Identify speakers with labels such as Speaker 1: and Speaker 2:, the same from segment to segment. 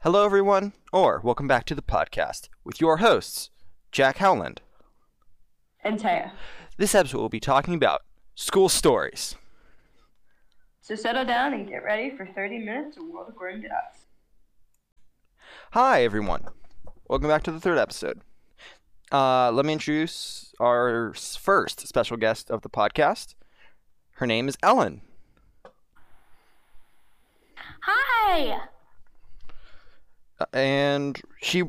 Speaker 1: Hello, everyone, or welcome back to the podcast with your hosts, Jack Howland.
Speaker 2: And Taya.
Speaker 1: This episode, we'll be talking about school stories.
Speaker 2: So settle down and get ready for 30 minutes of World According to Us.
Speaker 1: Hi, everyone. Welcome back to the third episode. Uh, let me introduce our s- first special guest of the podcast. Her name is Ellen.
Speaker 3: Hi!
Speaker 1: Uh, and she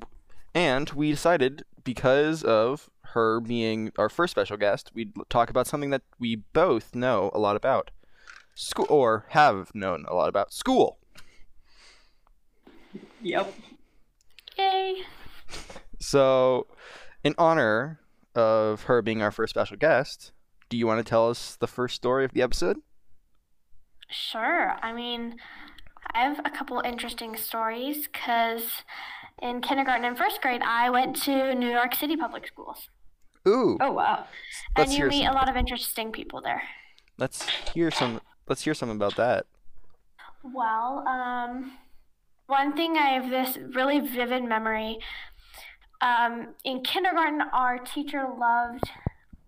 Speaker 1: and we decided because of her being our first special guest we'd l- talk about something that we both know a lot about school or have known a lot about school
Speaker 2: Yep.
Speaker 3: Yay!
Speaker 1: so in honor of her being our first special guest do you want to tell us the first story of the episode
Speaker 3: Sure, I mean, I have a couple interesting stories because in kindergarten and first grade, I went to New York City public schools.
Speaker 1: ooh
Speaker 2: Oh, wow.
Speaker 1: let's
Speaker 3: and
Speaker 1: hear
Speaker 3: you meet
Speaker 1: some
Speaker 3: a lot of interesting people there.
Speaker 1: let's hear some let's hear some about that
Speaker 3: Well, um, one thing I have this really vivid memory. Um, in kindergarten, our teacher loved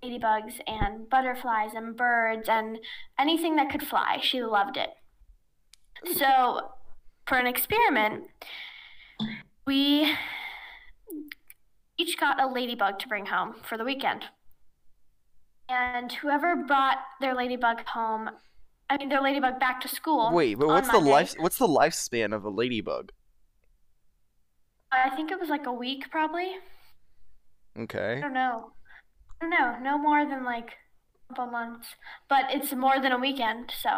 Speaker 3: ladybugs and butterflies and birds and anything that could fly. She loved it. So, for an experiment, we each got a ladybug to bring home for the weekend. And whoever brought their ladybug home, I mean, their ladybug back to school.
Speaker 1: wait but
Speaker 3: on
Speaker 1: what's the
Speaker 3: Monday.
Speaker 1: life what's the lifespan of a ladybug
Speaker 3: I think it was like a week, probably. I
Speaker 1: okay
Speaker 3: don't know. I don't know. No more than like a couple months, but it's more than a weekend. So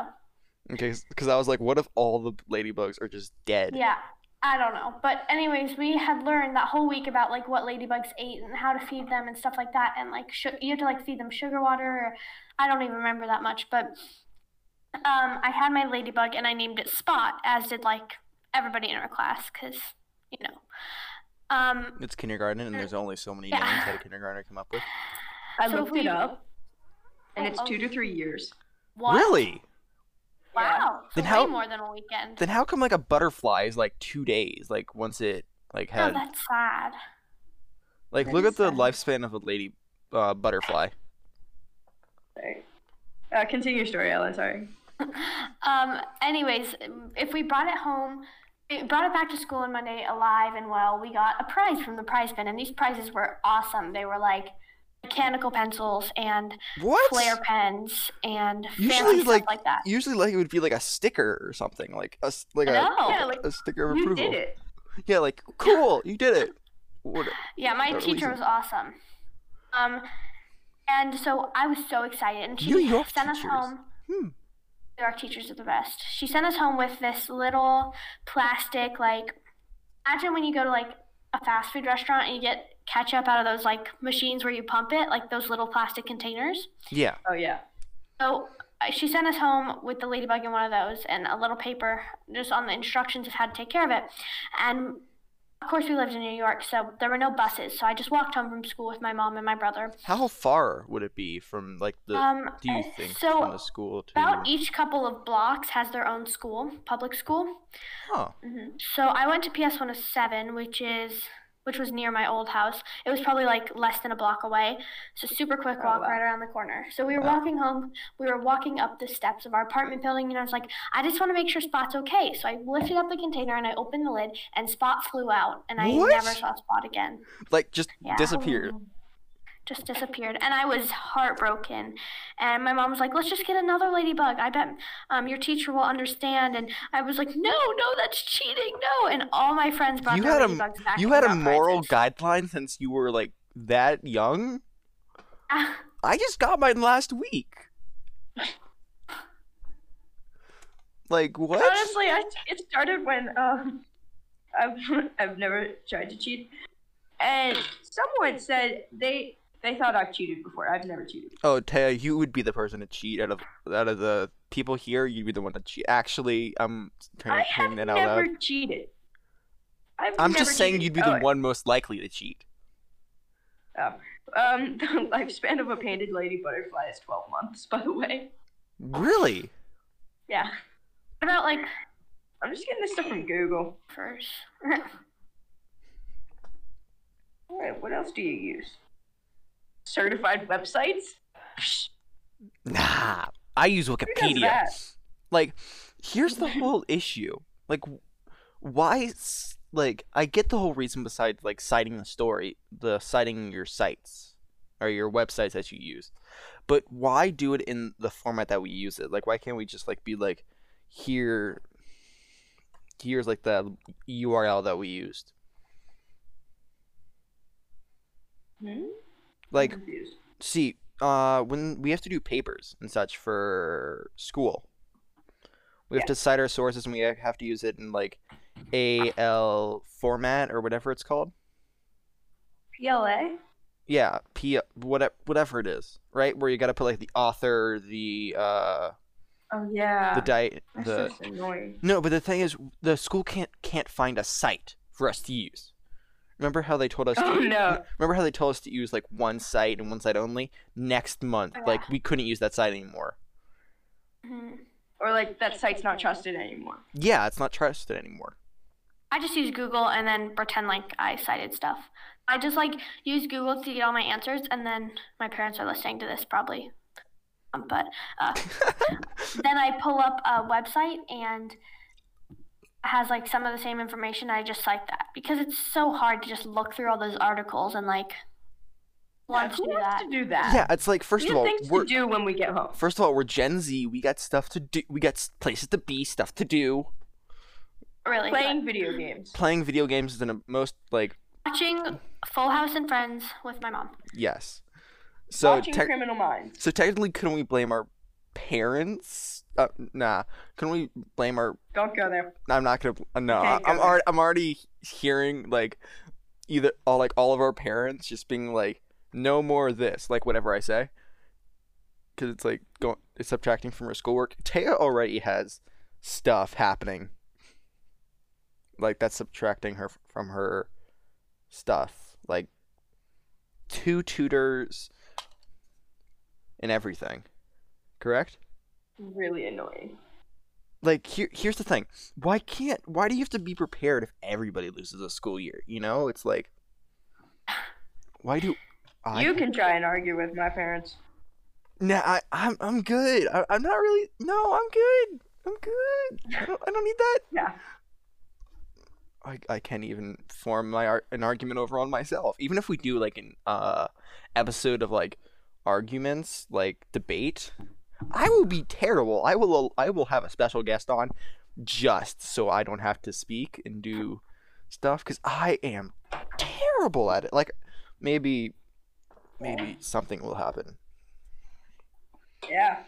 Speaker 1: okay because i was like what if all the ladybugs are just dead
Speaker 3: yeah, I don't know. But anyways, we had learned that whole week about like what ladybugs ate and how to feed them and stuff like that. And like su- you had to like feed them sugar water. Or, I don't even remember that much, but um, I had my ladybug and I named it Spot, as did like everybody in our class, because you know. Um,
Speaker 1: It's kindergarten, and there's only so many
Speaker 3: Yeah.
Speaker 1: names that a kindergartner come up with.
Speaker 2: I
Speaker 3: So if
Speaker 2: looked
Speaker 3: we-
Speaker 2: it up, and it's
Speaker 3: oh,
Speaker 2: two to three years.
Speaker 3: what?
Speaker 1: Really?
Speaker 3: Wow. So
Speaker 1: Then how-
Speaker 3: way more than a weekend.
Speaker 1: Then how come like a butterfly is like two days? Like once it like
Speaker 3: No,
Speaker 1: had
Speaker 3: Oh, that's sad.
Speaker 1: like
Speaker 2: that
Speaker 1: look
Speaker 2: is
Speaker 1: at the
Speaker 2: sad.
Speaker 1: lifespan of a lady uh, butterfly.
Speaker 2: Sorry. Uh, continue your story, Ellen. Sorry.
Speaker 3: Um, anyways, if we brought it home, we brought it back to school on Monday alive and well. We got a prize from the prize bin, and these prizes were awesome. They were like mechanical pencils and
Speaker 1: What?
Speaker 3: flare pens and
Speaker 1: Usually,
Speaker 3: fancy stuff
Speaker 1: like,
Speaker 3: like, that.
Speaker 1: Usually, like it would be like a sticker or something, like a s- like a,
Speaker 3: no.
Speaker 2: Yeah, like,
Speaker 1: a sticker of
Speaker 2: you
Speaker 1: approval.
Speaker 2: did it.
Speaker 1: Yeah, like cool, you did it. What?
Speaker 3: Yeah, my
Speaker 1: Or at
Speaker 3: teacher
Speaker 1: least-
Speaker 3: was awesome. Um, and so I was so excited, and she
Speaker 1: New York
Speaker 3: sent us
Speaker 1: teachers.
Speaker 3: home.
Speaker 1: Hmm.
Speaker 3: New York teachers are the best. She sent us home with this little plastic, like, imagine when you go to like a fast food restaurant and you get ketchup out of those like machines where you pump it, like those little plastic containers.
Speaker 1: Yeah.
Speaker 2: Oh, yeah.
Speaker 3: So uh, she sent us home with the ladybug in one of those and a little paper just on the instructions of how to take care of it. And of course, we lived in New York, so there were no buses. So I just walked home from school with my mom and my brother.
Speaker 1: How far would it be from like the?
Speaker 3: um,
Speaker 1: do you think
Speaker 3: so?
Speaker 1: from the school to?
Speaker 3: about e each couple of blocks has their own school, public school.
Speaker 1: oh,
Speaker 2: Mm-hmm.
Speaker 3: So I went to PS 107, which is which was near my old house. It was probably like less than a block away. So super quick
Speaker 2: Oh,
Speaker 3: walk
Speaker 2: wow.
Speaker 3: right around the corner. So we were
Speaker 1: Wow.
Speaker 3: walking home. We were walking up the steps of our apartment building and I was like, I just want to make sure Spot's okay. So I lifted up the container and I opened the lid and Spot flew out and I
Speaker 1: What?
Speaker 3: never saw Spot again.
Speaker 1: like just
Speaker 3: Yeah.
Speaker 1: disappeared.
Speaker 3: Just disappeared and I was heartbroken. And my mom was like, "Let's just get another ladybug. I bet um, your teacher will understand." And I was like, "No, no, that's cheating. No!" And all my friends brought
Speaker 1: You
Speaker 3: their
Speaker 1: had a-
Speaker 3: ladybugs back.
Speaker 1: You
Speaker 3: and
Speaker 1: had a
Speaker 3: got
Speaker 1: moral
Speaker 3: prizes.
Speaker 1: guideline since you were like that young.
Speaker 3: Ah,
Speaker 1: I just got mine last week. Like what?
Speaker 2: Honestly, I, it started when um, I've, I've never tried to cheat. And someone said they they thought I've cheated before. I've never cheated.
Speaker 1: Oh, Taya, you would be the person to cheat out of out of the people here. You'd be the one to cheat. Actually, I'm
Speaker 2: I
Speaker 1: turning,
Speaker 2: have
Speaker 1: turning that out
Speaker 2: never
Speaker 1: loud.
Speaker 2: cheated. I've
Speaker 1: I'm
Speaker 2: never
Speaker 1: just saying
Speaker 2: cheated.
Speaker 1: you'd be the
Speaker 2: Oh,
Speaker 1: one most likely to cheat.
Speaker 2: Um, the lifespan of a painted lady butterfly is 12 months, by the way.
Speaker 1: Really?
Speaker 2: Yeah.
Speaker 3: what about like
Speaker 2: I'm just getting this stuff from Google.
Speaker 3: first.
Speaker 2: All right, what else do you use? Certified websites? Psh,
Speaker 1: Nah, I use Wikipedia.
Speaker 2: that?
Speaker 1: Like, here's the whole issue. Like, w- why? s- Like, I get the whole reason besides like citing the story, the citing your sites or your websites that you use, but why do it in the format that we use it? Like, why can't we just like be like, here, here's like the URL that we used.
Speaker 2: Hmm?
Speaker 1: Like,
Speaker 2: I'm confused.
Speaker 1: see uh when we have to do papers and such for school we have to cite our sources and we have to use it in like al format or whatever it's called
Speaker 2: PLA?
Speaker 1: yeah p whatever whatever it is right where you got to put like the author the uh
Speaker 2: Oh yeah.
Speaker 1: the di-
Speaker 2: That's
Speaker 1: the
Speaker 2: just annoying.
Speaker 1: no but the thing is the school can't can't find a site for us to use remember how they told us
Speaker 2: Oh
Speaker 1: to
Speaker 2: no.
Speaker 1: remember how they told us to use like one site and one site only next month
Speaker 2: Ah.
Speaker 3: Yeah.
Speaker 1: like we couldn't use that site anymore
Speaker 3: Mhm.
Speaker 2: Or like that site's not trusted anymore.
Speaker 1: yeah it's not trusted anymore
Speaker 3: I just use Google and then pretend like I cited stuff. I just like use Google to get all my answers, and then my parents are listening to this probably. Um, but uh, then I pull up a website and has like some of the same information. I just cite that because it's so hard to just look through all those articles and like want to
Speaker 2: Who
Speaker 3: do
Speaker 2: wants
Speaker 3: that.
Speaker 2: to do that?
Speaker 1: Yeah, it's like first of
Speaker 2: we have
Speaker 1: all,
Speaker 2: things
Speaker 1: we're
Speaker 2: to do when we get home.
Speaker 1: first of all we're Gen Z. We got stuff to do. We got s- places to be, stuff to do.
Speaker 3: Really,
Speaker 2: Playing video games.
Speaker 1: Playing video games is the most like
Speaker 3: watching Full House and Friends with my mom.
Speaker 1: yes. So
Speaker 2: Watching
Speaker 1: tec-
Speaker 2: Criminal Minds.
Speaker 1: so technically, couldn't we blame our parents? Uh, nah, couldn't we blame our?
Speaker 2: Don't go there.
Speaker 1: I'm not gonna. uh, No, I,
Speaker 2: Okay,
Speaker 1: I'm
Speaker 2: go.
Speaker 1: already. I'm already hearing like either all like all of our parents just being like, no more of this, like whatever I say. Because it's like going, it's subtracting from her schoolwork. Taya already has stuff happening. Like that's subtracting her f- from her stuff. Like two tutors and everything. Correct?
Speaker 2: Really annoying.
Speaker 1: like here, here's the thing why can't why do you have to be prepared if everybody loses a school year you know it's like why do i
Speaker 2: you can try and argue with my parents.
Speaker 1: nah, I, i'm i'm good I, i'm not really no i'm good i'm good i don't, I don't need that
Speaker 2: Yeah.
Speaker 1: I, I can't even form my ar- an argument over on myself. Even if we do like an uh episode of like arguments, like debate, I will be terrible. I will I will have a special guest on just so I don't have to speak and do stuff cuz I am terrible at it. Like maybe maybe something will happen.
Speaker 2: Yeah.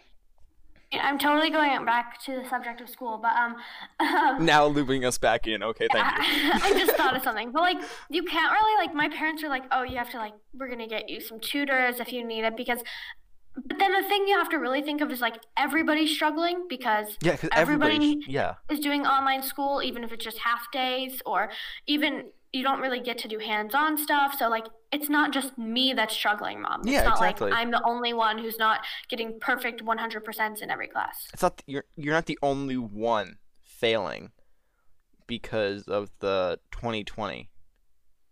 Speaker 3: I'm totally going back to the subject of school, but um, um
Speaker 1: Now looping us back in. Okay, thank you.
Speaker 3: I, I just thought of something. But like, you can't really like. My parents are like, "Oh, you have to like, we're gonna get you some tutors if you need it," because. But then the thing you have to really think of is like everybody's struggling because
Speaker 1: Yeah, cuz
Speaker 3: Everybody-
Speaker 1: everybody yeah.
Speaker 3: is doing online school, even if it's just half days, or even you don't really get to do hands-on stuff. So like, it's not just me that's struggling, mom. It's
Speaker 1: Yeah,
Speaker 3: not
Speaker 1: exactly.
Speaker 3: like I'm the only one who's not getting perfect 100% in every class.
Speaker 1: it's not you're you're not the only one failing because of the 2020.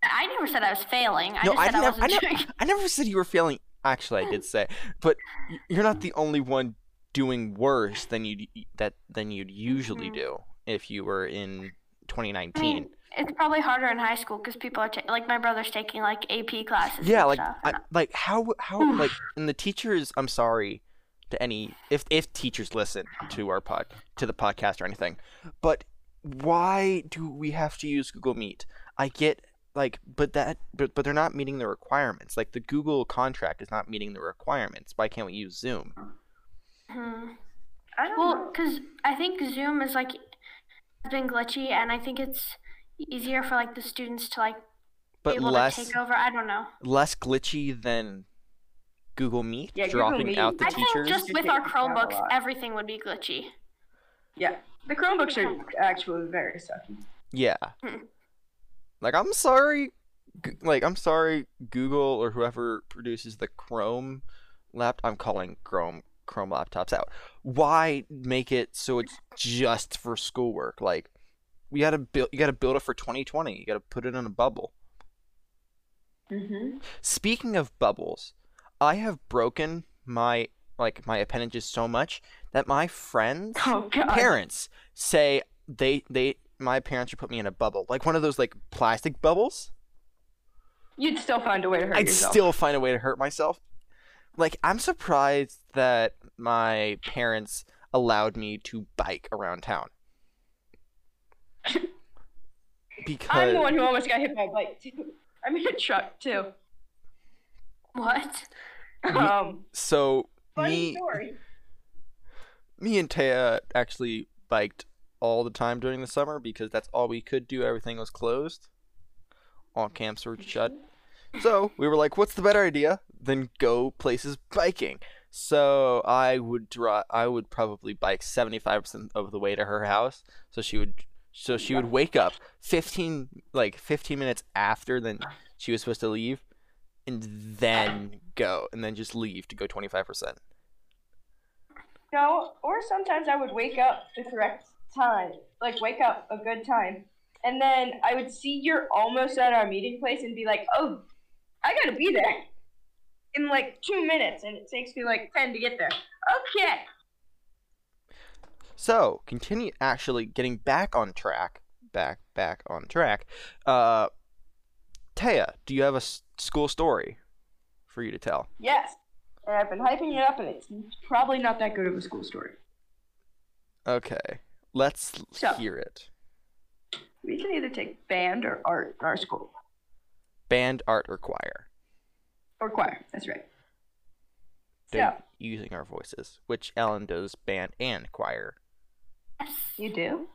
Speaker 3: I never said I was failing. I
Speaker 1: No,
Speaker 3: just
Speaker 1: I
Speaker 3: said I,
Speaker 1: never-
Speaker 3: wasn't
Speaker 1: I never-
Speaker 3: doing.
Speaker 1: I never said you were failing. Actually, I did say, but y- you're not the only one doing worse than you that than you'd usually
Speaker 3: Mhm.
Speaker 1: do if you were in
Speaker 3: I
Speaker 1: 2019.
Speaker 3: mean, it's probably harder in high school because people are ta- like my brother's taking like AP classes.
Speaker 1: yeah,
Speaker 3: and
Speaker 1: like
Speaker 3: stuff,
Speaker 1: I,
Speaker 3: and
Speaker 1: like how how like and the teachers. I'm sorry to any if if teachers listen to our pod to the podcast or anything, but why do we have to use Google Meet? I get like, but that but but they're not meeting the requirements. Like the Google contract is not meeting the requirements. Why can't we use Zoom?
Speaker 3: Mhm.
Speaker 2: I don't
Speaker 3: Well,
Speaker 2: know.
Speaker 3: because I think Zoom is like has been glitchy, and I think it's easier for like the students to like be
Speaker 1: But
Speaker 3: able to
Speaker 1: less
Speaker 3: take over. I don't know.
Speaker 1: less glitchy than Google Meet
Speaker 2: Yeah, Google
Speaker 1: dropping out
Speaker 2: Meet.
Speaker 1: the
Speaker 3: I think
Speaker 1: teachers.
Speaker 3: just
Speaker 2: You
Speaker 3: with
Speaker 2: take
Speaker 3: our
Speaker 2: it down a
Speaker 3: Chromebooks,
Speaker 2: lot.
Speaker 3: everything would be glitchy.
Speaker 2: Yeah. The Chromebooks are actually very sucky.
Speaker 1: Yeah.
Speaker 3: Mm.
Speaker 1: Like I'm sorry, G- like I'm sorry, Google or whoever produces the Chrome laptop. I'm calling Chrome Chrome laptops out. Why make it so it's just for schoolwork? Like, we gotta build. You gotta build it for 2020. You gotta put it in a bubble.
Speaker 2: Mm-hmm.
Speaker 1: Speaking of bubbles, I have broken my like my appendages so much that my friends
Speaker 2: Oh God.
Speaker 1: parents say they they my parents would put me in a bubble, like one of those like plastic bubbles.
Speaker 2: You'd still find a way to hurt
Speaker 1: I'd
Speaker 2: yourself.
Speaker 1: still find a way to hurt myself. Like I'm surprised that my parents allowed me to bike around town. Because
Speaker 2: I'm the one who almost got hit by a bike too. I'm in a truck too.
Speaker 3: What?
Speaker 2: Um,
Speaker 1: so
Speaker 2: funny
Speaker 1: me
Speaker 2: story.
Speaker 1: me and Taya actually biked all the time during the summer because that's all we could do. Everything was closed. All camps were shut. So we were like, what's the better idea than go places biking? So I would draw I would probably bike seventy five percent of the way to her house. So she would so she would wake up fifteen like fifteen minutes after than she was supposed to leave and then go and then just leave to go twenty five percent.
Speaker 2: No, or sometimes I would wake up the correct time, like wake up a good time, and then I would see you're almost at our meeting place and be like, "Oh, I gotta be there in like two minutes," and it takes me like ten to get there. Okay.
Speaker 1: So, continue actually getting back on track, back back on track. Uh, Taya, do you have a s- school story for you to tell?
Speaker 2: Yes. And I've been hyping it up, and it's probably not that good of a school story.
Speaker 1: Okay, let's l-
Speaker 2: Sure.
Speaker 1: hear it.
Speaker 2: We can either take band or art in our school.
Speaker 1: Band, art, or choir.
Speaker 2: Or choir, that's right.
Speaker 1: They're
Speaker 2: Yeah.
Speaker 1: using our voices, which Ellen does band and choir.
Speaker 3: Yes.
Speaker 2: You do?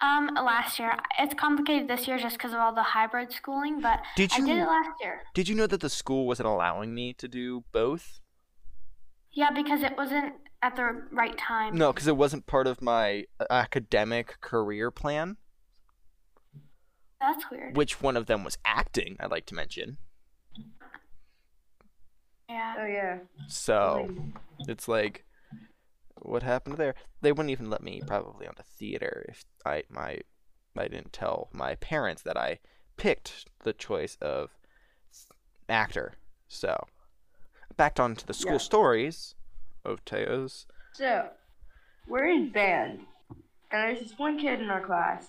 Speaker 3: Um, last year. It's complicated this year just because of all the hybrid schooling, but
Speaker 1: Did
Speaker 3: I
Speaker 1: you
Speaker 3: did it last year.
Speaker 1: did you know that the school wasn't allowing me to do both?
Speaker 3: Yeah, because it wasn't at the right time.
Speaker 1: No, because it wasn't part of my uh, academic career plan.
Speaker 3: That's weird.
Speaker 1: Which one of them was acting? I'd like to mention.
Speaker 3: yeah.
Speaker 2: Oh, yeah.
Speaker 1: So. It's like, what happened there? They wouldn't even let me probably on the theater if I my I didn't tell my parents that I picked the choice of actor. So back on to the school
Speaker 2: Yeah.
Speaker 1: stories of Teo's.
Speaker 2: So, we're in band, and there's this one kid in our class,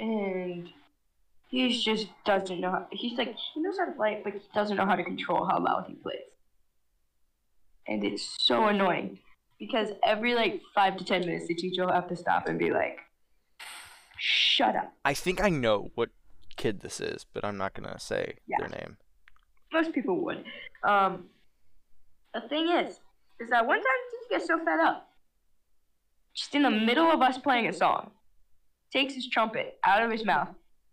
Speaker 2: and he's just doesn't know. How, he's like he knows how to play, but he doesn't know how to control how loud he plays, and it's so annoying because every like five to ten minutes, the teacher will have to stop and be like, "Shut up."
Speaker 1: I think I know what kid this is, but I'm not gonna say
Speaker 2: Yeah.
Speaker 1: their name.
Speaker 2: Most people would. Um, the thing is, is that one time he gets so fed up, just in the middle of us playing a song, takes his trumpet out of his mouth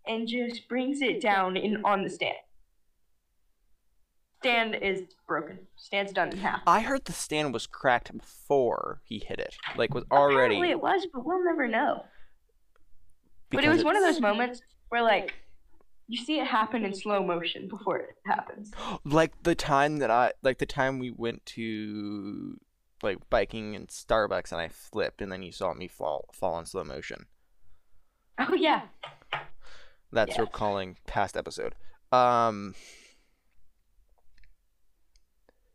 Speaker 2: and just brings it down in on the stand. Stand is broken. Stand's done in half.
Speaker 1: I heard the stand was cracked before he hit it. Like was already
Speaker 2: Apparently it was, but we'll never know. But it
Speaker 1: because
Speaker 2: was one of
Speaker 1: it's-
Speaker 2: those moments where like you see it happen in slow motion before it happens.
Speaker 1: like the time that I like the time we went to like biking in Starbucks and I flipped and then you saw me fall fall in slow motion.
Speaker 2: Oh yeah.
Speaker 1: That's
Speaker 2: Yeah.
Speaker 1: recalling past episode. Um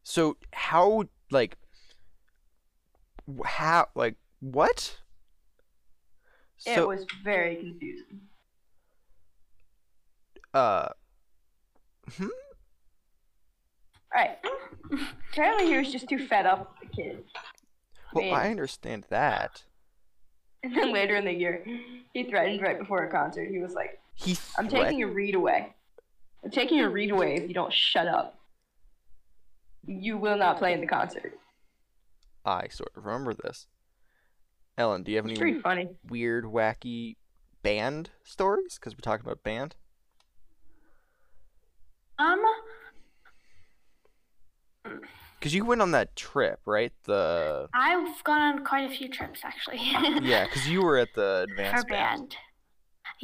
Speaker 1: So how like wh- how like what?
Speaker 2: it was very confusing.
Speaker 1: uh
Speaker 2: Right. Apparently, he was just too fed up with the kid.
Speaker 1: well
Speaker 2: Man.
Speaker 1: I understand that.
Speaker 2: And then later in the year, he threatened right before a concert. He was like,
Speaker 1: He
Speaker 2: "I'm
Speaker 1: threat-
Speaker 2: taking your read away. I'm taking your read away if you don't shut up. You will not play in the concert."
Speaker 1: I sort of remember this. Ellen, do you have
Speaker 2: It's
Speaker 1: any
Speaker 2: pretty funny.
Speaker 1: weird, wacky band stories? Because we're talking about band.
Speaker 3: Um,
Speaker 1: Because you went on that trip, right? The
Speaker 3: I've gone on quite a few trips actually.
Speaker 1: yeah, because you were at the
Speaker 3: Her
Speaker 1: advanced band.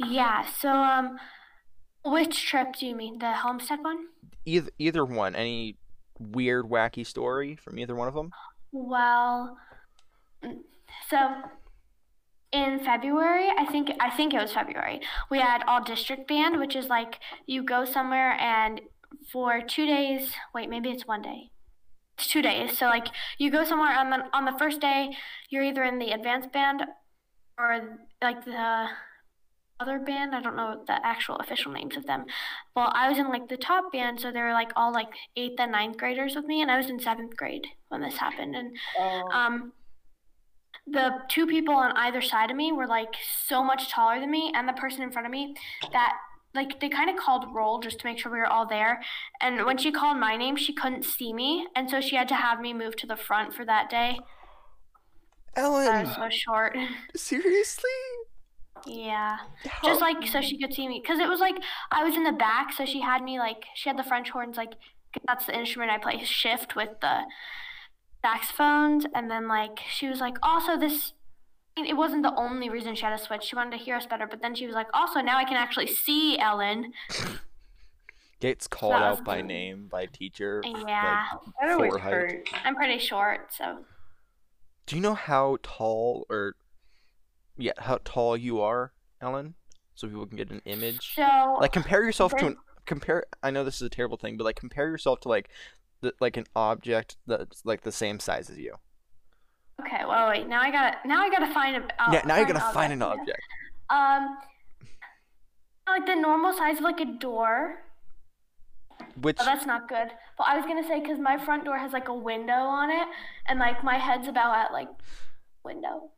Speaker 3: band. Yeah. So, um, which trip do you mean? The Homestead one?
Speaker 1: Either either one. Any weird, wacky story from either one of them?
Speaker 3: Well, mm, so in February, I think I think it was February. We had all district band, which is like you go somewhere and for two days. Wait, maybe it's one day. It's two days. So like you go somewhere on the on the first day, you're either in the advanced band or like the other band. I don't know the actual official names of them. Well, I was in like the top band, so they were like all like eighth and ninth graders with me, and I was in seventh grade when this happened. And
Speaker 2: Oh,
Speaker 3: um, the two people on either side of me were like so much taller than me, and the person in front of me that like they kind of called roll just to make sure we were all there. And when she called my name, she couldn't see me, and so she had to have me move to the front for that day. I was
Speaker 1: Ellen,
Speaker 3: so short.
Speaker 1: seriously?
Speaker 3: yeah,
Speaker 1: How-
Speaker 3: just like so she could see me, because it was like I was in the back, so she had me like she had the French horns like 'cause that's the instrument I play shift with the saxophones, and then like she was like also this it wasn't the only reason she had to switch. She wanted to hear us better, but then she was like, also now I can actually see Ellen.
Speaker 1: Gets called
Speaker 3: That
Speaker 1: out
Speaker 3: was
Speaker 1: by
Speaker 3: me.
Speaker 1: name, by teacher.
Speaker 3: Yeah,
Speaker 1: Like,
Speaker 2: that always
Speaker 1: four height.
Speaker 2: hurts.
Speaker 3: I'm pretty short, so
Speaker 1: do you know how tall or yeah, how tall you are, Ellen? So people can get an image.
Speaker 3: so
Speaker 1: like compare yourself to
Speaker 3: Then-
Speaker 1: an compare i know this is a terrible thing but like compare yourself to like the, like an object that's like the same size as you
Speaker 3: okay. Well, wait. Now I gotta now I gotta find a.
Speaker 1: yeah now you gotta find
Speaker 3: an
Speaker 1: an object
Speaker 3: Um, like the normal size of like a door.
Speaker 1: which
Speaker 3: Oh, that's not good. But I was gonna say because my front door has like a window on it, and like my head's about at like window.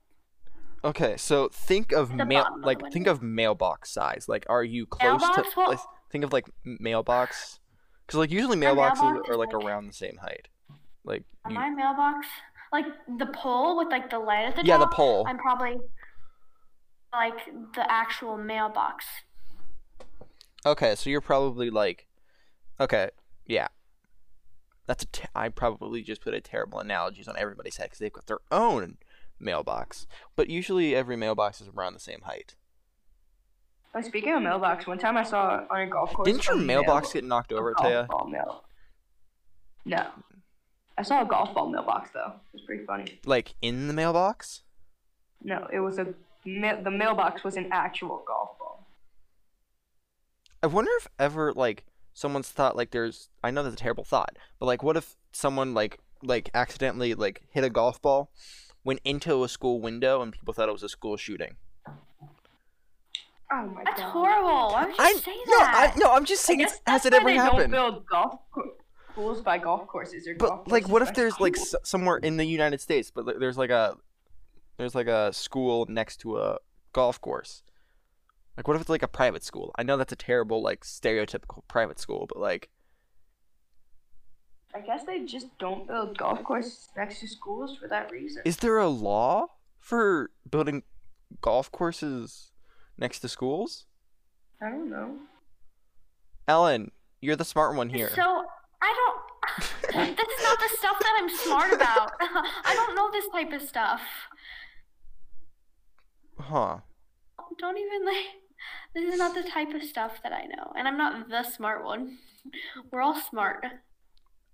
Speaker 1: okay so think of
Speaker 3: The
Speaker 1: mail
Speaker 3: bottom of the
Speaker 1: like think
Speaker 3: window.
Speaker 1: of mailbox size like are you close
Speaker 3: Mailbox?
Speaker 1: to
Speaker 3: Well-
Speaker 1: like, think of like m- mailbox because like usually mailboxes
Speaker 3: mailbox
Speaker 1: are
Speaker 3: is,
Speaker 1: like
Speaker 3: like-
Speaker 1: around the same height like you,
Speaker 3: My mailbox, like the pole with like the light at the
Speaker 1: yeah the
Speaker 3: top.
Speaker 1: pole
Speaker 3: I'm probably like the actual mailbox.
Speaker 2: Oh
Speaker 1: okay so you're probably like okay yeah that's a te- I probably just put a terrible analogies on everybody's head because they've got their own mailbox. But usually every mailbox is around the same height.
Speaker 2: But speaking of mailbox, one time I saw on a golf course.
Speaker 1: Didn't your
Speaker 2: a
Speaker 1: mailbox
Speaker 2: mail- Oh.
Speaker 1: get knocked over,
Speaker 2: golf
Speaker 1: Taya?
Speaker 2: ball mail. No, I saw a golf ball mailbox though. It was pretty funny.
Speaker 1: Like in the mailbox?
Speaker 2: No, it was a ma- the mailbox was an actual golf ball.
Speaker 1: I wonder if ever like someone's thought like there's I know that's a terrible thought, but like what if someone like like accidentally like hit a golf ball, went into a school window and people thought it was a school shooting.
Speaker 2: Oh my
Speaker 3: That's
Speaker 2: god.
Speaker 3: horrible. Why would you
Speaker 1: I
Speaker 3: say
Speaker 1: no,
Speaker 3: that?
Speaker 1: I no, I'm just
Speaker 2: I
Speaker 1: saying it's,
Speaker 2: guess
Speaker 1: has it
Speaker 2: that's why
Speaker 1: ever
Speaker 2: they
Speaker 1: happened?
Speaker 2: Don't build golf co- pools by golf courses or golf
Speaker 1: But like, what
Speaker 2: courses
Speaker 1: if
Speaker 2: by
Speaker 1: there's like
Speaker 2: schools.
Speaker 1: s- somewhere in the United States, but like, there's like a there's like a school next to a golf course. Like, what if it's like a private school? I know that's a terrible like stereotypical private school, but like,
Speaker 2: I guess they just don't build golf courses next to schools for that reason.
Speaker 1: is there a law for building golf courses next to schools?
Speaker 2: I don't know.
Speaker 1: Ellen, you're the smart one here.
Speaker 3: So I don't. this is not the stuff that I'm smart about. I don't know this type of stuff.
Speaker 1: huh?
Speaker 3: Oh, Don't even like. This is not the type of stuff that I know, and I'm not the smart one. We're all smart.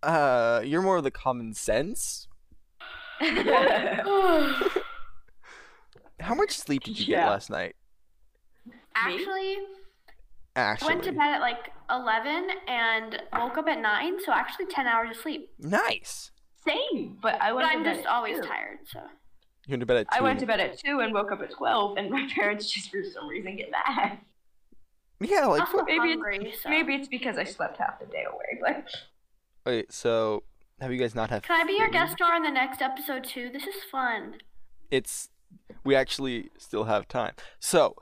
Speaker 1: Uh, you're more of the common sense.
Speaker 2: Maybe
Speaker 1: How much sleep did you get
Speaker 2: Yeah.
Speaker 1: last night?
Speaker 3: actually,
Speaker 1: Actually,
Speaker 3: went to bed at like 11 and woke up at 9, so actually 10 hours of sleep.
Speaker 1: nice.
Speaker 2: Same, but I
Speaker 3: But
Speaker 2: went. to
Speaker 3: I'm
Speaker 2: bed
Speaker 3: just
Speaker 2: at
Speaker 3: always
Speaker 2: two.
Speaker 3: tired, so.
Speaker 1: You went to bed at two.
Speaker 2: I went to bed at two and woke up at twelve, and my parents just for some reason get mad.
Speaker 1: Yeah, like
Speaker 3: also
Speaker 2: maybe it's-
Speaker 3: hungry, so.
Speaker 2: Maybe it's because I slept half the day away, but
Speaker 1: Wait, so have you guys not had?
Speaker 3: Can I be your
Speaker 1: food?
Speaker 3: guest star on the next episode too? This is fun.
Speaker 1: It's we actually still have time. So,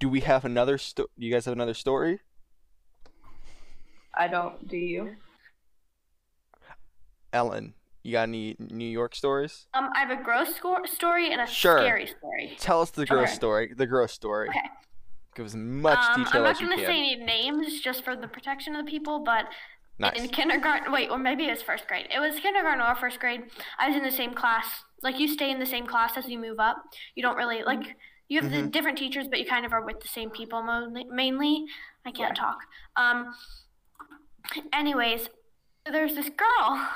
Speaker 1: do we have another sto- Do you guys have another story?
Speaker 2: I don't. Do you?
Speaker 1: Ellen, you got any New York stories?
Speaker 3: Um, I have a gross sco- story and a
Speaker 1: Sure.
Speaker 3: scary story.
Speaker 1: Tell us the gross
Speaker 2: Okay.
Speaker 1: story. The gross story.
Speaker 3: Okay.
Speaker 1: Give us as much
Speaker 3: um,
Speaker 1: detail
Speaker 3: I'm not
Speaker 1: as you
Speaker 3: gonna
Speaker 1: can.
Speaker 3: say any names just for the protection of the people, but
Speaker 1: nice.
Speaker 3: in kindergarten, wait, or maybe it was first grade. It was kindergarten or first grade. I was in the same class. Like you stay in the same class as you move up. You don't really like you have the
Speaker 1: Mhm.
Speaker 3: different teachers, but you kind of are with the same people mo- mainly. I can't
Speaker 2: Right.
Speaker 3: talk. Um. Anyways, there's this girl.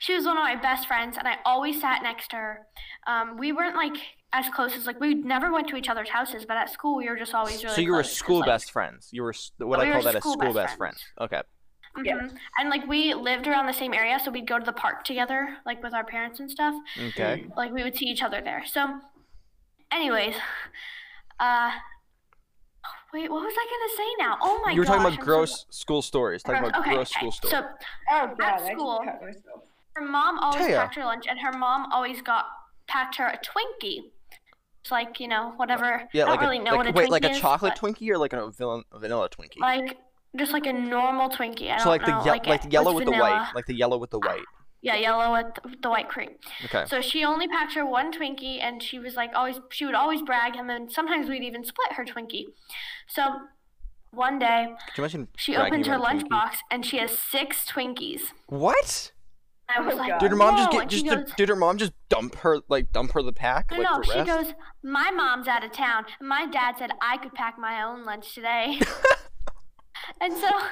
Speaker 3: She was one of my best friends, and I always sat next to her. Um, we weren't like as close as like we never went to each other's houses, but at school we were just always really.
Speaker 1: so you were
Speaker 3: close, 'cause,
Speaker 1: school
Speaker 3: like, Oh,
Speaker 1: best friends. You were s- what
Speaker 3: We
Speaker 1: I
Speaker 3: were
Speaker 1: call that
Speaker 3: school
Speaker 1: a school
Speaker 3: best
Speaker 1: best friend. Okay.
Speaker 3: Mhm.
Speaker 2: Yes.
Speaker 3: And like we lived around the same area, so we'd go to the park together, like with our parents and stuff.
Speaker 1: Okay.
Speaker 3: Like we would see each other there. So, anyways, uh, wait, what was I gonna say now? Oh my!
Speaker 1: you were talking
Speaker 3: gosh,
Speaker 1: about
Speaker 3: I'm so-
Speaker 1: gross school stories. Talking about
Speaker 3: okay,
Speaker 1: gross
Speaker 3: okay.
Speaker 1: school stories.
Speaker 3: So
Speaker 2: Oh god, I just
Speaker 3: school.
Speaker 2: cut myself.
Speaker 3: her mom always
Speaker 1: Taya.
Speaker 3: packed her lunch, and her mom always got packed her a Twinkie. It's like you know whatever.
Speaker 1: yeah,
Speaker 3: I don't
Speaker 1: like
Speaker 3: really
Speaker 1: a,
Speaker 3: know
Speaker 1: like,
Speaker 3: what a
Speaker 1: wait,
Speaker 3: Twinkie
Speaker 1: like a
Speaker 3: is,
Speaker 1: chocolate
Speaker 3: but,
Speaker 1: Twinkie or like a vanilla, a vanilla Twinkie.
Speaker 3: Like just like a normal Twinkie. I
Speaker 1: so
Speaker 3: don't
Speaker 1: like the
Speaker 3: know,
Speaker 1: ye-
Speaker 3: like,
Speaker 1: like
Speaker 3: it
Speaker 1: the yellow
Speaker 3: was
Speaker 1: with the
Speaker 3: vanilla.
Speaker 1: white, like the yellow with the white.
Speaker 3: Yeah, yellow with the white cream.
Speaker 1: Okay.
Speaker 3: So she only packed her one Twinkie, and she was like always. She would always brag, and then sometimes we'd even split her Twinkie. So one day
Speaker 1: Could you imagine?
Speaker 3: she
Speaker 1: bragging
Speaker 3: opens her
Speaker 1: about a Twinkie?
Speaker 3: lunchbox, and she has six Twinkies.
Speaker 1: What?
Speaker 3: I was
Speaker 2: Oh,
Speaker 3: like,
Speaker 2: God.
Speaker 1: Did her mom just
Speaker 3: "Whoa,"
Speaker 1: get
Speaker 3: and she
Speaker 1: just
Speaker 3: goes,
Speaker 1: did her mom just dump her like dump her the pack
Speaker 3: No,
Speaker 1: like
Speaker 3: no.
Speaker 1: the
Speaker 3: She
Speaker 1: rest?
Speaker 3: goes, my mom's out of town. and My dad said I could pack my own lunch today. and so uh,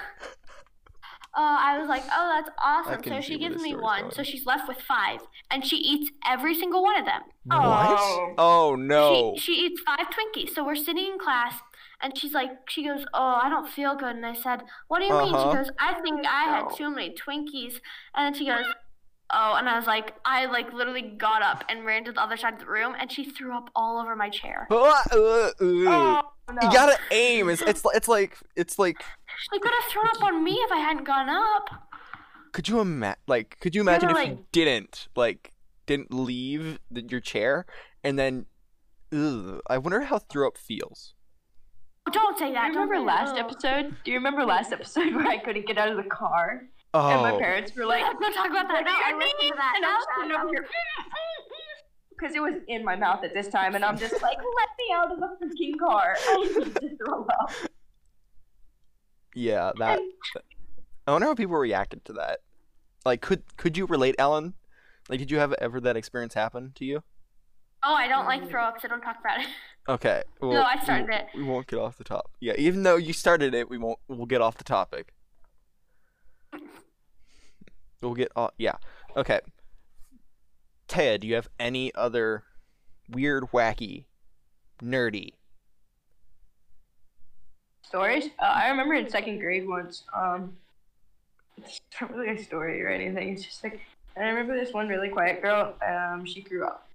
Speaker 3: I was like, oh, that's awesome.
Speaker 1: can
Speaker 3: So
Speaker 1: see
Speaker 3: she
Speaker 1: where
Speaker 3: gives
Speaker 1: this
Speaker 3: me
Speaker 1: story's
Speaker 3: one.
Speaker 1: going.
Speaker 3: So she's left with five. And she eats every single one of them.
Speaker 1: what?
Speaker 2: Oh.
Speaker 1: Oh no.
Speaker 3: She, she eats five Twinkies. So we're sitting in class. And she's like, she goes, oh, I don't feel good. And I said, what do you mean?
Speaker 1: Uh-huh.
Speaker 3: She goes, I think I had
Speaker 2: No.
Speaker 3: too many Twinkies. And then she goes, Oh, and I was like, I like literally got up and ran to the other side of the room, and she threw up all over my chair.
Speaker 1: Ah, uh, uh.
Speaker 2: Oh, no.
Speaker 3: Oh,
Speaker 1: You gotta aim. It's it's li- it's like it's like.
Speaker 3: She could have thrown up on me if I hadn't gone up.
Speaker 1: Could you imagine? Like, could you imagine if you
Speaker 3: like-
Speaker 1: didn't like didn't leave the, your chair and then? Ugh, I wonder how throw up feels.
Speaker 3: Don't say
Speaker 2: Do
Speaker 3: that.
Speaker 2: you remember
Speaker 3: don't say-
Speaker 2: last
Speaker 3: ugh.
Speaker 2: episode? Do you remember last episode where I couldn't get out of the car
Speaker 1: Oh,
Speaker 2: and my parents were like,
Speaker 3: Don't talk about
Speaker 2: "What
Speaker 3: that. No,
Speaker 2: do you
Speaker 3: I listened
Speaker 2: mean?"
Speaker 3: to that.
Speaker 2: And I'm
Speaker 3: No,
Speaker 2: sitting
Speaker 3: no,
Speaker 2: over here because it was in my mouth at this time, and I'm just like, "Let me out of the freaking car!" I need to throw up.
Speaker 1: yeah, that. I wonder how people reacted to that. Like, could could you relate, Ellen? Like, did you have ever that experience happen to you?
Speaker 3: Oh, I don't like throw up, so don't talk about it.
Speaker 1: Okay. Well,
Speaker 3: I
Speaker 1: we-
Speaker 3: started it.
Speaker 1: We won't get off the top. Yeah, even though you started it, we won't. We'll get off the topic. We'll get off. Yeah. Okay. Ted, do you have any other weird, wacky, nerdy?
Speaker 2: Stories? Uh, I remember in second grade once. Um, it's not really a story or anything. It's just like I remember this one really quiet girl. Um, she grew up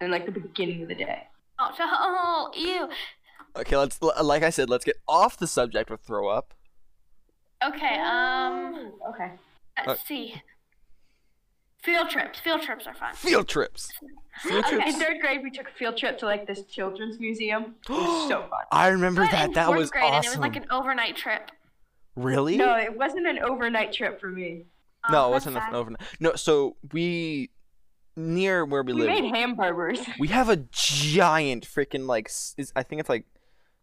Speaker 2: in like the beginning of the day.
Speaker 3: Oh, so- oh, ew.
Speaker 1: Okay, let's. l- Like I said, let's get off the subject of throw up.
Speaker 3: Okay. Um,
Speaker 2: Okay.
Speaker 3: let's
Speaker 1: Uh,
Speaker 3: see. Field trips. Field trips are fun.
Speaker 1: Field trips. Field
Speaker 2: Okay, in
Speaker 1: trips.
Speaker 2: third grade, we took a field trip to like this children's museum. It was so fun.
Speaker 1: I remember
Speaker 3: But in
Speaker 1: that. That
Speaker 3: fourth
Speaker 1: was
Speaker 3: grade, And it was
Speaker 1: awesome.
Speaker 3: like an overnight trip.
Speaker 1: really?
Speaker 2: No, it wasn't an overnight trip for me.
Speaker 3: Oh,
Speaker 1: No,
Speaker 3: that's
Speaker 1: it wasn't
Speaker 3: sad.
Speaker 1: an overnight. No, so we near where we,
Speaker 2: We
Speaker 1: live.
Speaker 2: made hamburgers.
Speaker 1: We have a giant freaking like s- is I think it's like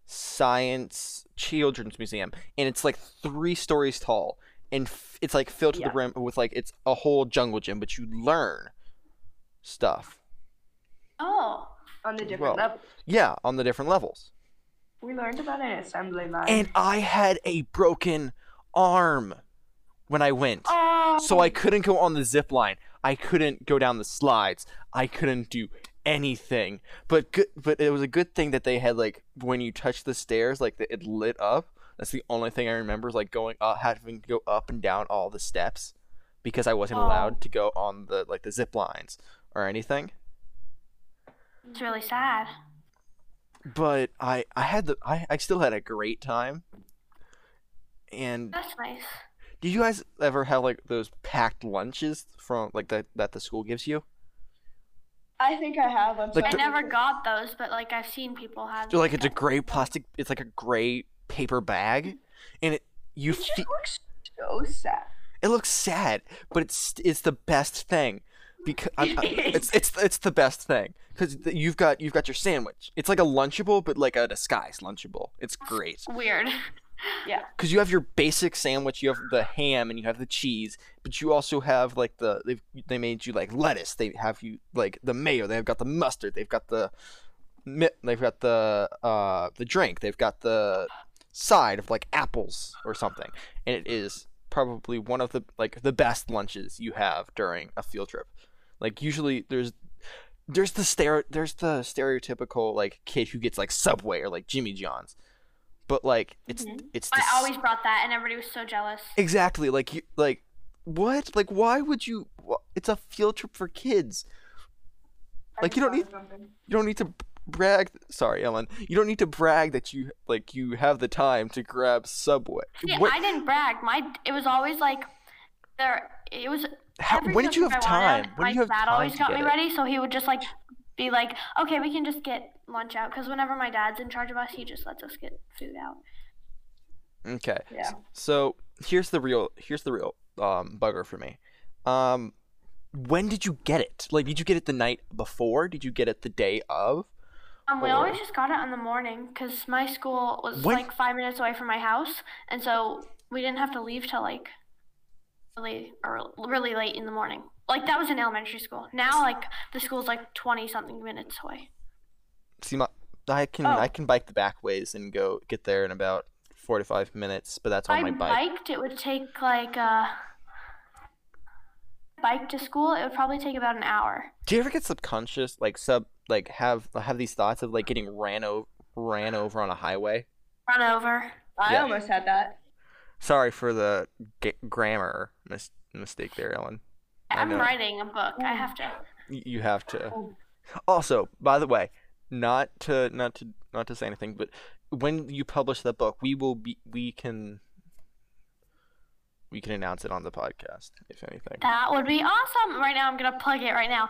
Speaker 1: science children's museum and it's like 3 stories tall and f- it's like filled to
Speaker 2: Yeah.
Speaker 1: the brim with like it's a whole jungle gym but you learn stuff.
Speaker 3: Oh.
Speaker 2: On the
Speaker 1: Well.
Speaker 2: different level.
Speaker 1: Yeah, on the different levels.
Speaker 2: We learned about an assembly line.
Speaker 1: And I had a broken arm when I went.
Speaker 2: oh,
Speaker 1: So I couldn't go on the zip line. I couldn't go down the slides. I couldn't do anything. But good, but it was a good thing that they had like when you touch the stairs, like the, it lit up. That's the only thing I remember is like going up, having to go up and down all the steps, because I wasn't
Speaker 3: Oh.
Speaker 1: allowed to go on the like the zip lines or anything.
Speaker 3: It's really sad.
Speaker 1: But I I had the I, I still had a great time. And
Speaker 3: That's nice.
Speaker 1: do you guys ever have like those packed lunches from like that that the school gives you?
Speaker 2: I think I have. I'm
Speaker 1: Like
Speaker 2: sorry.
Speaker 3: I never got those, but like I've seen people have.
Speaker 1: So like it's a
Speaker 3: them.
Speaker 1: gray plastic. It's like a gray paper bag, and it you
Speaker 2: It just
Speaker 1: fe-
Speaker 2: looks so sad.
Speaker 1: it looks sad, but it's it's the best thing because I, I, it's it's it's the best thing because you've got you've got your sandwich. It's like a lunchable, but like a disguised lunchable. It's great
Speaker 3: weird.
Speaker 2: Yeah.
Speaker 1: because you have your basic sandwich. You have the ham and you have the cheese, but you also have like the they've, they made you like lettuce. They have you like the mayo. They've got the mustard. They've got the mi- they've got the uh the drink. They've got the side of like apples or something, and it is probably one of the like the best lunches you have during a field trip. Like usually there's there's the stero- there's the stereotypical like kid who gets like Subway or like Jimmy John's. But like it's
Speaker 2: Mhm.
Speaker 1: it's the
Speaker 3: I
Speaker 1: s-
Speaker 3: always brought that, and everybody was so jealous.
Speaker 1: Exactly. Like you like what? Like why would you wh- it's a field trip for kids. Like, you don't need- You don't need to brag sorry, Ellen. You don't need to brag that you like you have the time to grab Subway.
Speaker 3: See,
Speaker 1: What-
Speaker 3: I didn't brag. My it was always like there. It was.
Speaker 1: how-
Speaker 3: every
Speaker 1: when did you
Speaker 3: field
Speaker 1: have
Speaker 3: trip I went on,
Speaker 1: time? When did
Speaker 3: my
Speaker 1: you have
Speaker 3: dad
Speaker 1: time
Speaker 3: always
Speaker 1: to
Speaker 3: got
Speaker 1: get
Speaker 3: me
Speaker 1: it?
Speaker 3: ready, so he would just like be like, "Okay, we can just get lunch out," because whenever my dad's in charge of us, he just lets us get food out.
Speaker 1: Okay.
Speaker 2: Yeah.
Speaker 1: So here's the real here's the real um, bugger for me. Um, when did you get it? Like, did you get it the night before? Did you get it the day of?
Speaker 3: Um, we
Speaker 1: Or-
Speaker 3: always just got it in the morning because my school was
Speaker 1: When-
Speaker 3: like five minutes away from my house, and so we didn't have to leave till like really early, really late in the morning. Like that was in elementary school. Now, like the school's like twenty something minutes away.
Speaker 1: See, my, I can
Speaker 3: Oh.
Speaker 1: I can bike the back ways and go get there in about four to five minutes, but that's
Speaker 3: If
Speaker 1: on my
Speaker 3: I
Speaker 1: bike.
Speaker 3: biked, it would take like uh, bike to school. It would probably take about an hour.
Speaker 1: Do you ever get subconscious, like sub, like have have these thoughts of like getting ran over ran over on a highway?
Speaker 3: Run over.
Speaker 2: I
Speaker 1: Yeah.
Speaker 2: almost had that.
Speaker 1: Sorry for the g- grammar mis- mistake there, Ellen. I
Speaker 3: I'm
Speaker 1: know.
Speaker 3: writing a book. I have to.
Speaker 1: Y- you have to.
Speaker 2: Oh.
Speaker 1: Also, by the way, not to not to not to say anything, but when you publish that book, we will be we can we can announce it on the podcast if anything.
Speaker 3: That would be awesome. Right now, I'm gonna plug it right now.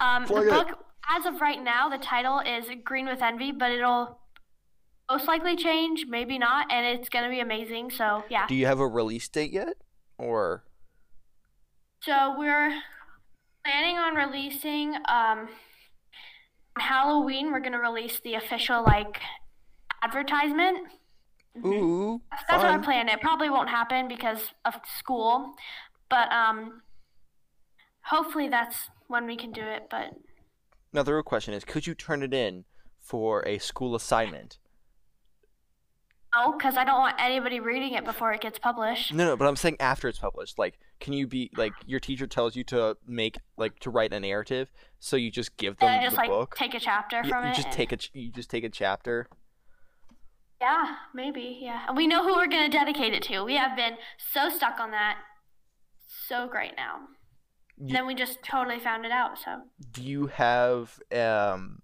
Speaker 3: Um,
Speaker 1: Plug
Speaker 3: the
Speaker 1: it.
Speaker 3: book, as of right now, the title is Green with Envy, but it'll most likely change, maybe not, and it's gonna be amazing. So yeah.
Speaker 1: Do you have a release date yet? Or
Speaker 3: So we're planning on releasing um, on Halloween. We're gonna release the official like advertisement.
Speaker 1: ooh,
Speaker 3: Mm-hmm. That's our
Speaker 1: fun.
Speaker 3: plan. It probably won't happen because of school, but um, hopefully that's when we can do it. But
Speaker 1: Now the real question is, could you turn it in for a school assignment?
Speaker 3: No, because I don't want anybody reading it before it gets published.
Speaker 1: No, no, but I'm saying after it's published. Like, can you be like your teacher tells you to make like to write a narrative, so you just give them
Speaker 3: And I just
Speaker 1: the
Speaker 3: like
Speaker 1: book?
Speaker 3: take a chapter
Speaker 1: You-
Speaker 3: from
Speaker 1: you
Speaker 3: it.
Speaker 1: just
Speaker 3: and-
Speaker 1: take a ch- you just take a chapter.
Speaker 3: Yeah, maybe. Yeah, and we know who we're gonna dedicate it to. We have been so stuck on that. So great now. And
Speaker 1: You-
Speaker 3: then we just totally found it out. So
Speaker 1: do you have um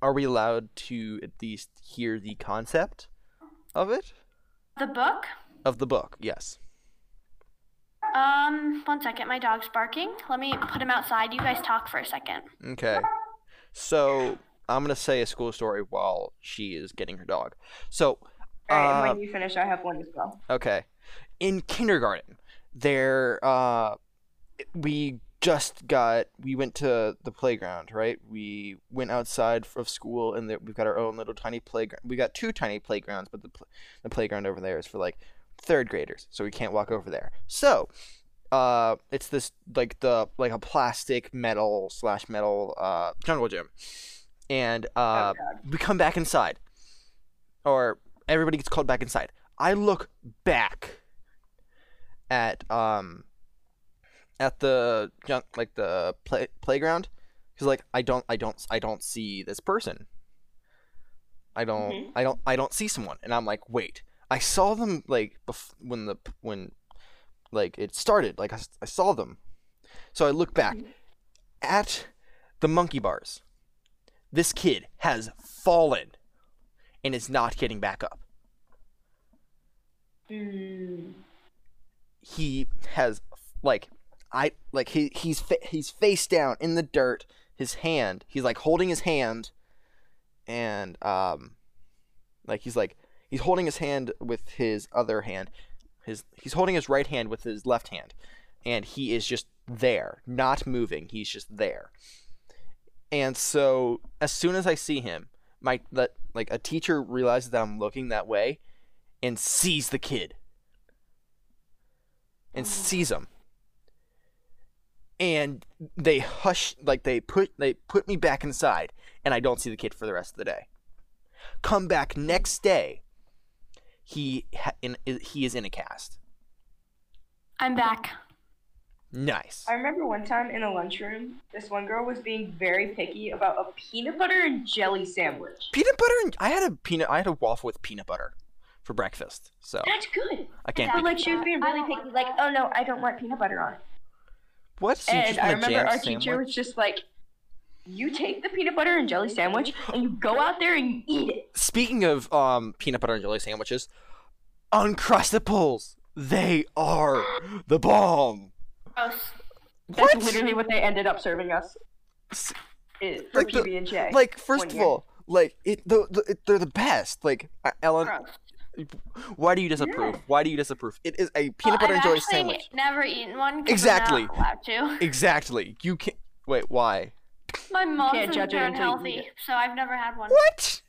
Speaker 1: are we allowed to at least hear the concept of it
Speaker 3: the book.
Speaker 1: of the book yes
Speaker 3: Um, one second. My dog's barking. Let me put him outside. You guys talk for a second.
Speaker 1: okay so i'm gonna say a school story while she is getting her dog so
Speaker 2: All right,
Speaker 1: uh,
Speaker 2: and when you finish, I have one as well.
Speaker 1: Okay. In kindergarten, there uh we just got we went to the playground, right? We went outside of school and there, we've got our own little tiny playground. We got two tiny playgrounds, but the pl- the playground over there is for like third graders, so we can't walk over there. So, uh it's this like the like a plastic metal slash metal uh jungle gym. And uh
Speaker 2: oh God.
Speaker 1: we come back inside, or everybody gets called back inside. I look back at um at the junk like the play, playground because like I don't I don't I don't see this person. I don't I don't I don't see someone, and I'm like, wait, I saw them like bef- when the when like it started, like I, s- I saw them, so I look back at the monkey bars this kid has fallen and is not getting back up.
Speaker 2: Mm.
Speaker 1: He has like I like he he's fa- he's face down in the dirt, his hand, he's like holding his hand and um like he's like he's holding his hand with his other hand. His he's holding his right hand with his left hand and he is just there, not moving. He's just there. And so as soon as I see him, my that like a teacher realizes that I'm looking that way and sees the kid. And
Speaker 2: Oh.
Speaker 1: sees him. And they hush like they put they put me back inside and I don't see the kid for the rest of the day. Come back next day. He ha- in, he is in a cast.
Speaker 3: I'm back.
Speaker 1: Nice.
Speaker 2: I remember one time in the lunchroom, this one girl was being very picky about a peanut butter and jelly sandwich.
Speaker 1: Peanut butter and I had a peanut. I had a waffle with peanut butter for breakfast. So
Speaker 2: That's good.
Speaker 1: I can't.
Speaker 2: But
Speaker 1: Be,
Speaker 2: like she was being
Speaker 3: I
Speaker 2: really
Speaker 3: don't
Speaker 2: picky,
Speaker 3: want
Speaker 2: like,
Speaker 3: that.
Speaker 2: oh no, I don't want peanut butter on it.
Speaker 1: what? So you
Speaker 2: And
Speaker 1: just
Speaker 2: I
Speaker 1: want a
Speaker 2: remember
Speaker 1: jam
Speaker 2: our
Speaker 1: sandwich?
Speaker 2: teacher was just like, you take the peanut butter and jelly sandwich and you go out there and you eat it.
Speaker 1: Speaking of um peanut butter and jelly sandwiches, Uncrustables. They are the bomb.
Speaker 3: Gross.
Speaker 2: That's
Speaker 1: What?
Speaker 2: literally what they ended up serving us.
Speaker 1: S-
Speaker 2: eh, For
Speaker 1: Like the-
Speaker 2: PB and J.
Speaker 1: Like first
Speaker 2: one
Speaker 1: of
Speaker 2: year.
Speaker 1: all, like it, the, the, it, they're the best. Like uh, Ellen,
Speaker 3: Gross.
Speaker 1: why do you disapprove? Why do you disapprove? It is a peanut
Speaker 3: Well,
Speaker 1: butter
Speaker 3: I've
Speaker 1: and jelly
Speaker 3: actually
Speaker 1: sandwich.
Speaker 3: Never eaten one. 'cause
Speaker 1: Exactly.
Speaker 3: I'm not allowed to.
Speaker 1: Exactly. You can't. Wait, why?
Speaker 3: My
Speaker 2: can't
Speaker 3: mom's
Speaker 2: judge it until you
Speaker 3: very
Speaker 2: eat
Speaker 3: unhealthy, so I've never had one.
Speaker 1: What?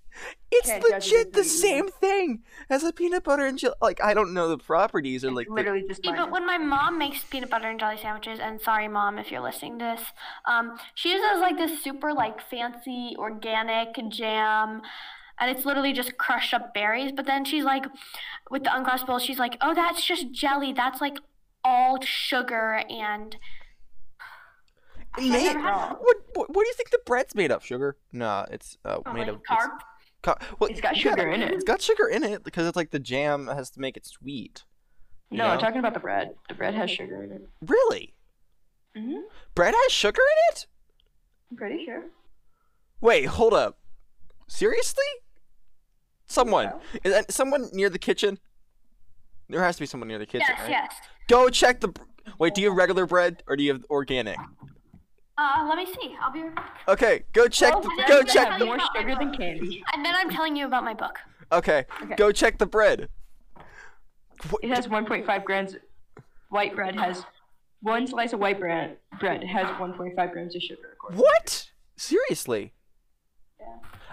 Speaker 1: It's
Speaker 2: Can't judge it
Speaker 1: legit the
Speaker 2: until you eat
Speaker 1: same thing as a peanut butter and jelly. Like I don't know the properties or like. the-
Speaker 2: literally just
Speaker 3: Yeah,
Speaker 2: mine.
Speaker 3: but when my mom makes peanut butter and jelly sandwiches, and sorry, mom, if you're listening to this, um, she uses like this super like fancy organic jam, and it's literally just crushed up berries. But then she's like, with the uncrustable, she's like, oh, that's just jelly. That's like all sugar and
Speaker 1: Mate,
Speaker 3: never had one.
Speaker 1: what, what what do you think the bread's made of? Sugar? Nah, it's uh,
Speaker 3: oh,
Speaker 1: made
Speaker 3: like,
Speaker 1: of it's
Speaker 3: carb.
Speaker 1: car- well,
Speaker 2: It's got
Speaker 1: yeah,
Speaker 2: sugar in it.
Speaker 1: It's got sugar in it because it's like the jam has to make it sweet. you
Speaker 2: No, I'm
Speaker 1: know?
Speaker 2: talking about the bread. The bread has sugar in it.
Speaker 1: Really?
Speaker 2: hmm
Speaker 3: Mm-hmm.
Speaker 1: Bread has sugar in it?
Speaker 2: I'm pretty sure.
Speaker 1: Wait, hold up. Seriously? Someone,
Speaker 2: Yeah.
Speaker 1: is that someone near the kitchen? There has to be someone near the kitchen,
Speaker 3: Yes,
Speaker 1: right?
Speaker 3: yes.
Speaker 1: Go check the. br- Wait, do you have regular bread or do you have organic?
Speaker 3: Uh, let me see. I'll be. right back.
Speaker 1: Okay, go check.
Speaker 2: Well,
Speaker 1: the,
Speaker 3: then
Speaker 1: go
Speaker 3: they
Speaker 1: check.
Speaker 3: have
Speaker 1: The,
Speaker 2: more sugar than candy.
Speaker 3: And then I'm telling you about my book.
Speaker 1: okay,
Speaker 2: Okay.
Speaker 1: go check the bread.
Speaker 2: It has 1.5 grams. White bread has one slice of white bread. Bread has 1.5 grams of sugar. according-
Speaker 1: What? Seriously?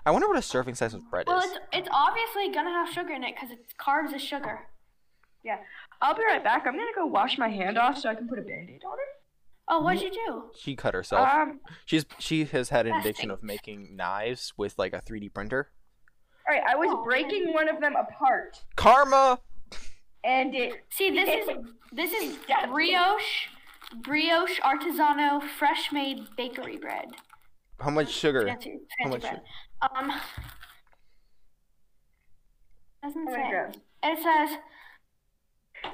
Speaker 1: I wonder what a serving size of bread
Speaker 3: Well,
Speaker 1: is.
Speaker 3: it's it's obviously gonna have sugar in it because it's carbs is sugar.
Speaker 2: Yeah. I'll be right back. I'm gonna go wash my hand off so I can put a band-aid on it.
Speaker 3: Oh, what'd you do?
Speaker 1: She cut herself.
Speaker 3: Uh,
Speaker 2: Um.
Speaker 1: She's she has had an
Speaker 3: That's
Speaker 1: addiction of
Speaker 3: nice.
Speaker 1: making knives with like a 3D printer.
Speaker 2: All right. I was
Speaker 3: Oh.
Speaker 2: breaking one of them apart,
Speaker 1: Karma.
Speaker 2: and it.
Speaker 3: See, this is this is
Speaker 2: Exactly.
Speaker 3: brioche, brioche artisano fresh made bakery bread.
Speaker 1: How much sugar?
Speaker 3: Fancy,
Speaker 1: How
Speaker 3: fancy
Speaker 1: much
Speaker 3: bread. Um, doesn't
Speaker 2: Oh my
Speaker 3: say.
Speaker 2: God.
Speaker 3: It says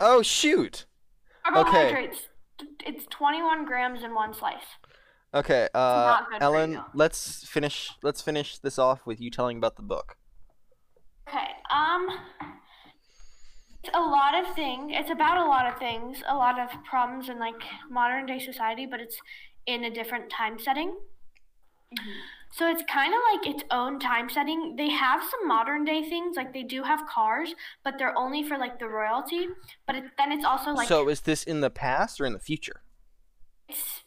Speaker 1: Oh shoot.
Speaker 3: carbohydrates. It's 21 grams in one slice.
Speaker 1: Okay. Uh,
Speaker 3: not good for
Speaker 1: Ellen,
Speaker 3: you.
Speaker 1: let's finish. Let's finish this off with you telling about the book.
Speaker 3: Okay. Um, it's a lot of things. It's about a lot of things, a lot of problems in like modern day society, but it's in a different time setting. So it's kind of like its own time setting. They have some modern day things, like they do have cars, but they're only for like the royalty. But it, then it's also like
Speaker 1: so is this in the past or in the future?
Speaker 3: it's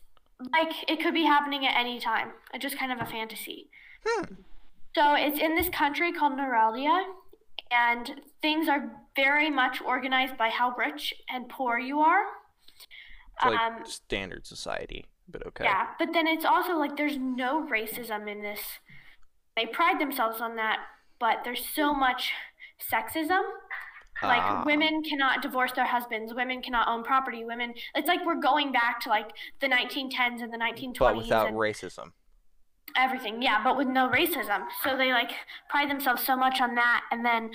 Speaker 3: like it could be happening at any time. It's just kind of a fantasy.
Speaker 1: Hmm.
Speaker 3: So it's in this country called Neuralia, and things are very much organized by how rich and poor you are.
Speaker 1: It's like
Speaker 3: Um,
Speaker 1: standard society, but okay.
Speaker 3: Yeah, but then it's also like there's no racism in this. They pride themselves on that, but there's so much sexism. Like
Speaker 1: Ah.
Speaker 3: women cannot divorce their husbands, women cannot own property, women. It's like we're going back to like the 1910s and the 1920s.
Speaker 1: But without
Speaker 3: and-
Speaker 1: racism.
Speaker 3: everything yeah but with no racism so they like pride themselves so much on that and then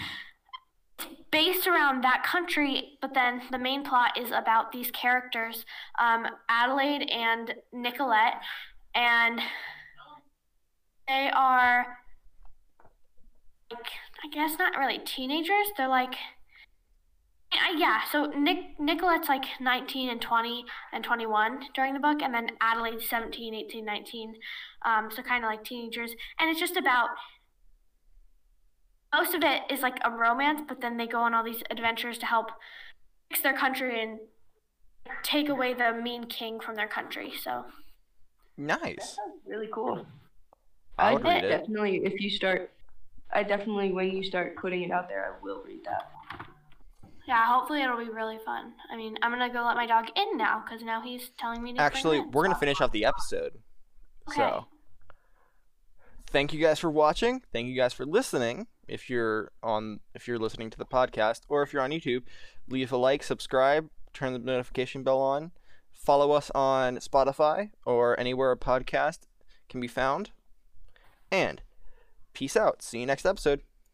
Speaker 3: it's based around that country but then the main plot is about these characters um, adelaide and nicolette and they are like i guess not really teenagers they're like yeah, yeah so Nic- nicolette's like 19 and 20 and 21 during the book and then adelaide's 17 18 19 um, so kind of like teenagers and it's just about most of it is like a romance but then they go on all these adventures to help fix their country and take away the mean king from their country so
Speaker 2: That
Speaker 1: Nice.
Speaker 2: sounds really cool.
Speaker 1: I would
Speaker 2: I
Speaker 1: read
Speaker 3: bet
Speaker 1: it.
Speaker 2: definitely, if you start, I definitely, when you start putting it out there, I will read that.
Speaker 3: yeah hopefully it'll be really fun i mean i'm gonna go let my dog in now because now he's telling me to bring
Speaker 1: Actually,
Speaker 3: him in,
Speaker 1: we're gonna
Speaker 3: so-
Speaker 1: finish off the episode.
Speaker 3: Okay.
Speaker 1: So, thank you guys for watching. Thank you guys for listening. If you're on, if you're listening to the podcast, or if you're on YouTube, leave a like, subscribe, turn the notification bell on. Follow us on Spotify or anywhere a podcast can be found. And peace out. See you next episode.